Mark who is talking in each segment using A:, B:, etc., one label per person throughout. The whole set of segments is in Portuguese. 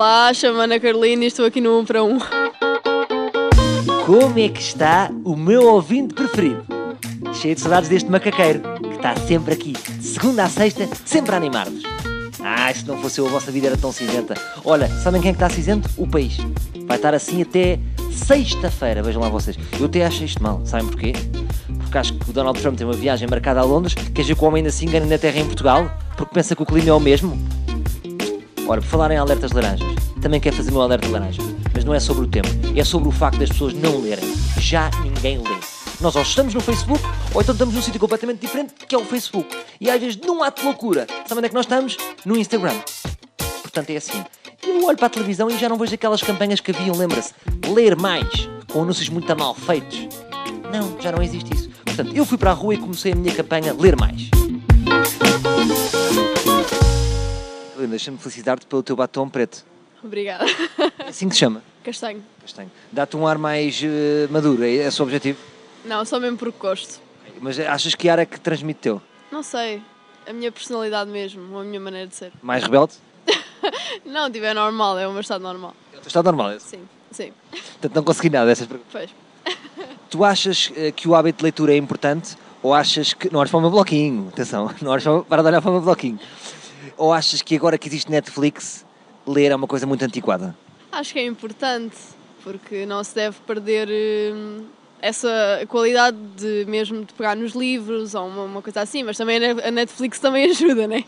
A: Olá, chamo Ana Carolina e estou aqui no 1 para 1.
B: Como é que está o meu ouvinte preferido? Cheio de saudades deste macaqueiro, que está sempre aqui, de segunda a sexta, sempre a animar-vos. Ah, se não fosse eu, a vossa vida era tão cinzenta. Olha, sabem quem é que está cinzento? O país. Vai estar assim até sexta-feira, vejam lá vocês. Eu até acho isto mal, sabem porquê? Porque acho que o Donald Trump tem uma viagem marcada a Londres, quer dizer que o homem ainda se engana na terra em Portugal, porque pensa que o clima é o mesmo. Ora, por falar em alertas laranjas, também quero fazer o meu alerta laranja. Mas não é sobre o tema, é sobre o facto das pessoas não lerem. Já ninguém lê. Nós ou estamos no Facebook, ou então estamos num sítio completamente diferente que é o Facebook. E às vezes, num ato de loucura, sabe onde é que nós estamos? No Instagram. Portanto, é assim. Eu olho para a televisão e já não vejo aquelas campanhas que haviam, lembra-se? Ler mais, com anúncios muito mal feitos. Não, já não existe isso. Portanto, eu fui para a rua e comecei a minha campanha Ler Mais. Carolina, deixa-me felicitar-te pelo teu batom preto.
A: Obrigada.
B: É assim que se chama.
A: Castanho.
B: Castanho. Dá-te um ar mais eh, maduro, é esse o objetivo?
A: Não, só mesmo porque gosto.
B: Mas achas que ar é que transmite teu?
A: Não sei. A minha personalidade mesmo, ou a minha maneira de ser.
B: Mais rebelde?
A: Não, tipo, é normal, é o meu estado normal.
B: Está normal, é isso?
A: Sim, sim.
B: portanto não consegui nada dessas perguntas.
A: Pois.
B: Tu achas eh, que o hábito de leitura é importante ou achas que. Não olhes para o meu bloquinho, atenção, não olhes para, para de olhar para o meu bloquinho. Ou achas que agora que existe Netflix, ler é uma coisa muito antiquada?
A: Acho que é importante, porque não se deve perder hum, essa qualidade de mesmo de pegar nos livros ou uma, uma coisa assim, mas também a Ne- a Netflix também ajuda, né?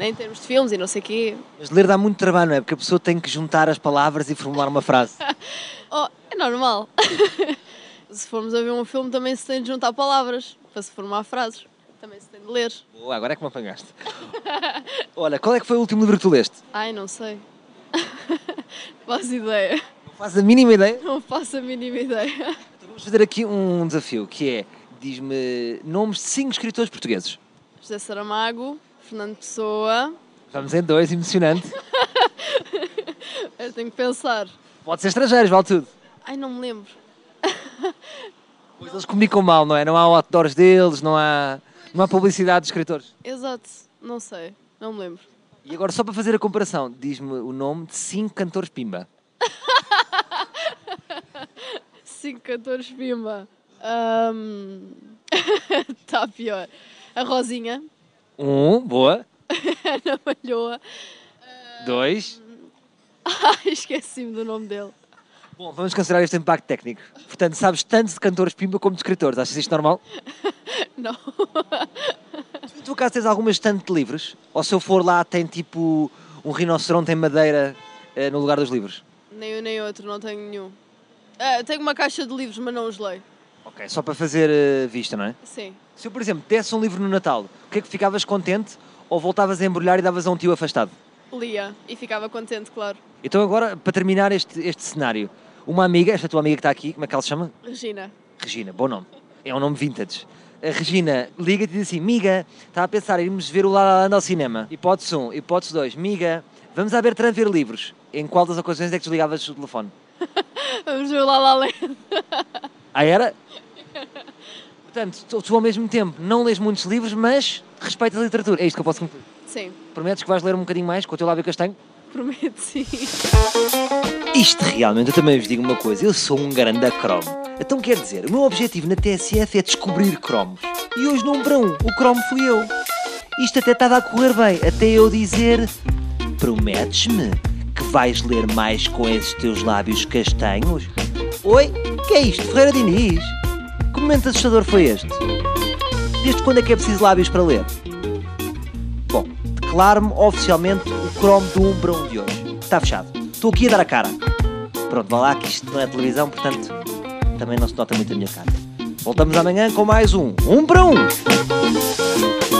A: Em termos de filmes e não sei o quê.
B: Mas ler dá muito trabalho, não é? Porque a pessoa tem que juntar as palavras e formular uma frase.
A: Oh, é normal. se formos a ver um filme, também se tem de juntar palavras para se formar frases. Também se tem de ler.
B: Boa, agora é que me apanhaste. Olha, qual é que foi o último livro que tu leste?
A: Ai, não sei. Não faço ideia.
B: Não fazes a mínima ideia?
A: Não faço a mínima ideia.
B: Então vamos fazer aqui um desafio, que é, diz-me nomes de 5 escritores portugueses.
A: José Saramago, Fernando Pessoa.
B: Vamos em dois, emocionante.
A: Eu tenho que pensar.
B: Pode ser estrangeiros, vale tudo.
A: Ai, não me lembro.
B: Pois eles comunicam mal, não é? Não há outdoors deles, não há, não há publicidade de escritores.
A: Exato, não sei. Não me lembro.
B: E agora, só para fazer a comparação, diz-me o nome de 5 cantores Pimba.
A: Cinco cantores Bimba. Está tá pior. A Rosinha,
B: Um, boa.
A: a Ana Malhoa.
B: Dois.
A: Ai, esqueci-me do nome dele.
B: Bom, vamos cancelar este impacto técnico. Portanto, sabes tanto de cantores Pimba como de escritores. Achas isto normal?
A: Não.
B: Tu, tu acaso tens alguma estante de livros? Ou se eu for lá, tem tipo um rinoceronte em madeira eh, no lugar dos livros?
A: Nem um nem outro, não tenho nenhum. Ah, tenho uma caixa de livros, mas não os leio.
B: Ok, só para fazer eh, vista, não é?
A: Sim.
B: Se eu, por exemplo, desse um livro no Natal, o que é que ficavas contente ou voltavas a embrulhar e davas a um tio afastado?
A: Lia e ficava contente, claro.
B: Então agora, para terminar este, este cenário, uma amiga, esta tua amiga que está aqui, como é que ela se chama?
A: Regina,
B: Regina, bom nome. É um nome vintage. A Regina liga-te e diz assim, miga, está a pensar em irmos ver o La La Land ao cinema. Hipótese 1, hipótese 2, miga, vamos à Bertrand ver livros. Em qual das ocasiões é que desligavas o telefone?
A: vamos ver o La La Land.
B: Ah, era? Portanto, tu, tu ao mesmo tempo não lês muitos livros, mas respeitas a literatura. É isto que eu posso concluir.
A: Sim,
B: Prometes que vais ler um bocadinho mais com o teu lábio castanho?
A: prometo sim.
B: Isto realmente, eu também vos digo uma coisa, eu sou um grande cromo. Então quer dizer, o meu objetivo na TSF é descobrir cromos. E hoje não para um, o cromo fui eu. Isto até estava a correr bem, até eu dizer... Prometes-me que vais ler mais com esses teus lábios castanhos? Oi, que é isto, Ferreira Diniz? Que momento assustador foi este? Desde quando é que é preciso lábios para ler? Bom, declaro-me oficialmente o cromo do um para um de hoje. Está fechado. Estou aqui a dar a cara. Pronto, vá lá que isto não é televisão, portanto também não se nota muito a minha cara. Voltamos amanhã com mais um. Um para um!